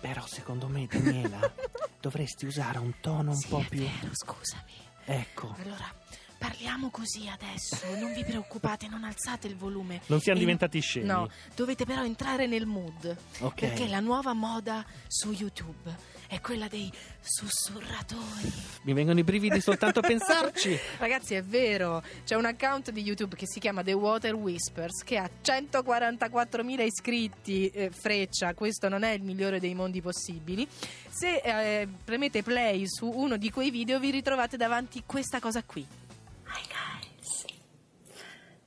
Però secondo me, Daniela, dovresti usare un tono un Sì, po' è più... vero, scusami. Ecco, Allora, parliamo così adesso. Non vi preoccupate, non alzate il volume. non siamo E- diventati scemi. No, dovete però entrare nel mood. Ok. Perché la nuova moda su YouTube è quella dei sussurratori. Mi vengono i brividi soltanto a pensarci. Ragazzi, è vero, c'è un account di YouTube che si chiama The Water Whispers che ha 144.000 iscritti, eh, freccia, questo non è il migliore dei mondi possibili. Se eh, premete play su uno di quei video vi ritrovate davanti questa cosa qui. Hi guys.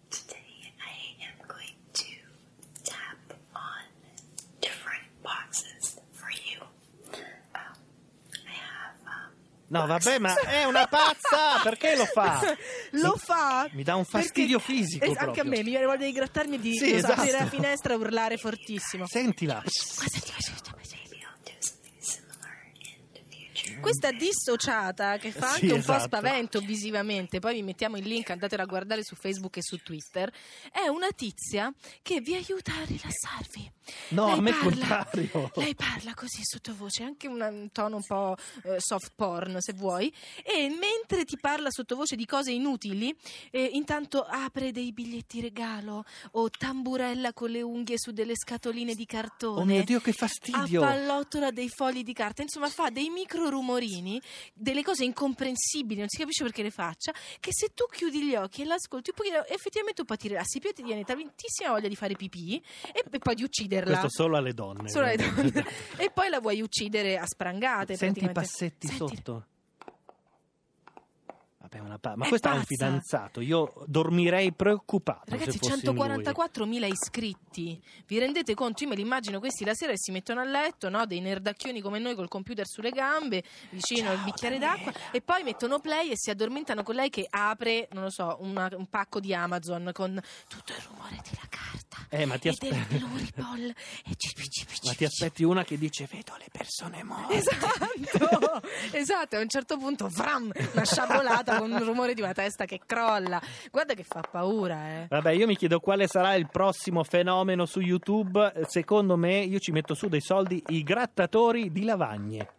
Today I am going to tap on different boxes for you. Um, I have um, No, vabbè, ma è una pazza! Perché lo fa? Lo fa! Ah. Mi dà un fastidio perché- fisico es- Anche proprio. a me, mi viene voglia di grattarmi e di Sì, lo so, esatto. aprire la finestra e urlare fortissimo. Sentila. maybe I'll do something similar in the future. Questa dissociata che fa Sì, anche un po' esatto. spavento visivamente, poi vi mettiamo il link, andatela a guardare su Facebook e su Twitter, è una tizia che vi aiuta a rilassarvi. No, Lei a me è il parla- contrario. Lei parla così sottovoce, anche un- un tono un po' eh, soft porn se vuoi, e mentre ti parla sottovoce di cose inutili, eh, intanto apre dei biglietti regalo o tamburella con le unghie su delle scatoline di cartone. Oh mio Dio, che fastidio! Appallottola dei fogli di carta, insomma fa dei micro rumorini, delle cose incomprensibili, non si capisce perché le faccia, che se tu chiudi gli occhi e l'ascolti un pochino, effettivamente un po' ti rilassi, più ti viene tantissima voglia di fare pipì e, e poi di ucciderla. Questo solo alle donne. Solo alle donne. e poi la vuoi uccidere a sprangate. Senti i praticamente. passetti Senti- sotto. Vabbè, una pa- ma È questo è un pazza. fidanzato. Io dormirei preoccupato. se Ragazzi, fossi 144.000 iscritti. Vi rendete conto? Io me li immagino questi la sera che si mettono a letto, no? dei nerdacchioni come noi col computer sulle gambe, vicino al bicchiere d'acqua, e poi mettono play e si addormentano con lei che apre, non lo so, una- un pacco di Amazon con tutto il rumore della carta. lui. Eh, ma ti, e aspe- del Luripol e cipi, cipi, cipi, ma ti aspetti una che dice: Vedo le persone morte. Esatto, esatto, a un certo punto vram, una sciabolata con un rumore di una testa che crolla. Guarda che fa paura, eh. Vabbè, io mi chiedo quale sarà il prossimo fenomeno su YouTube. Secondo me, io ci metto su dei soldi i grattatori di lavagne.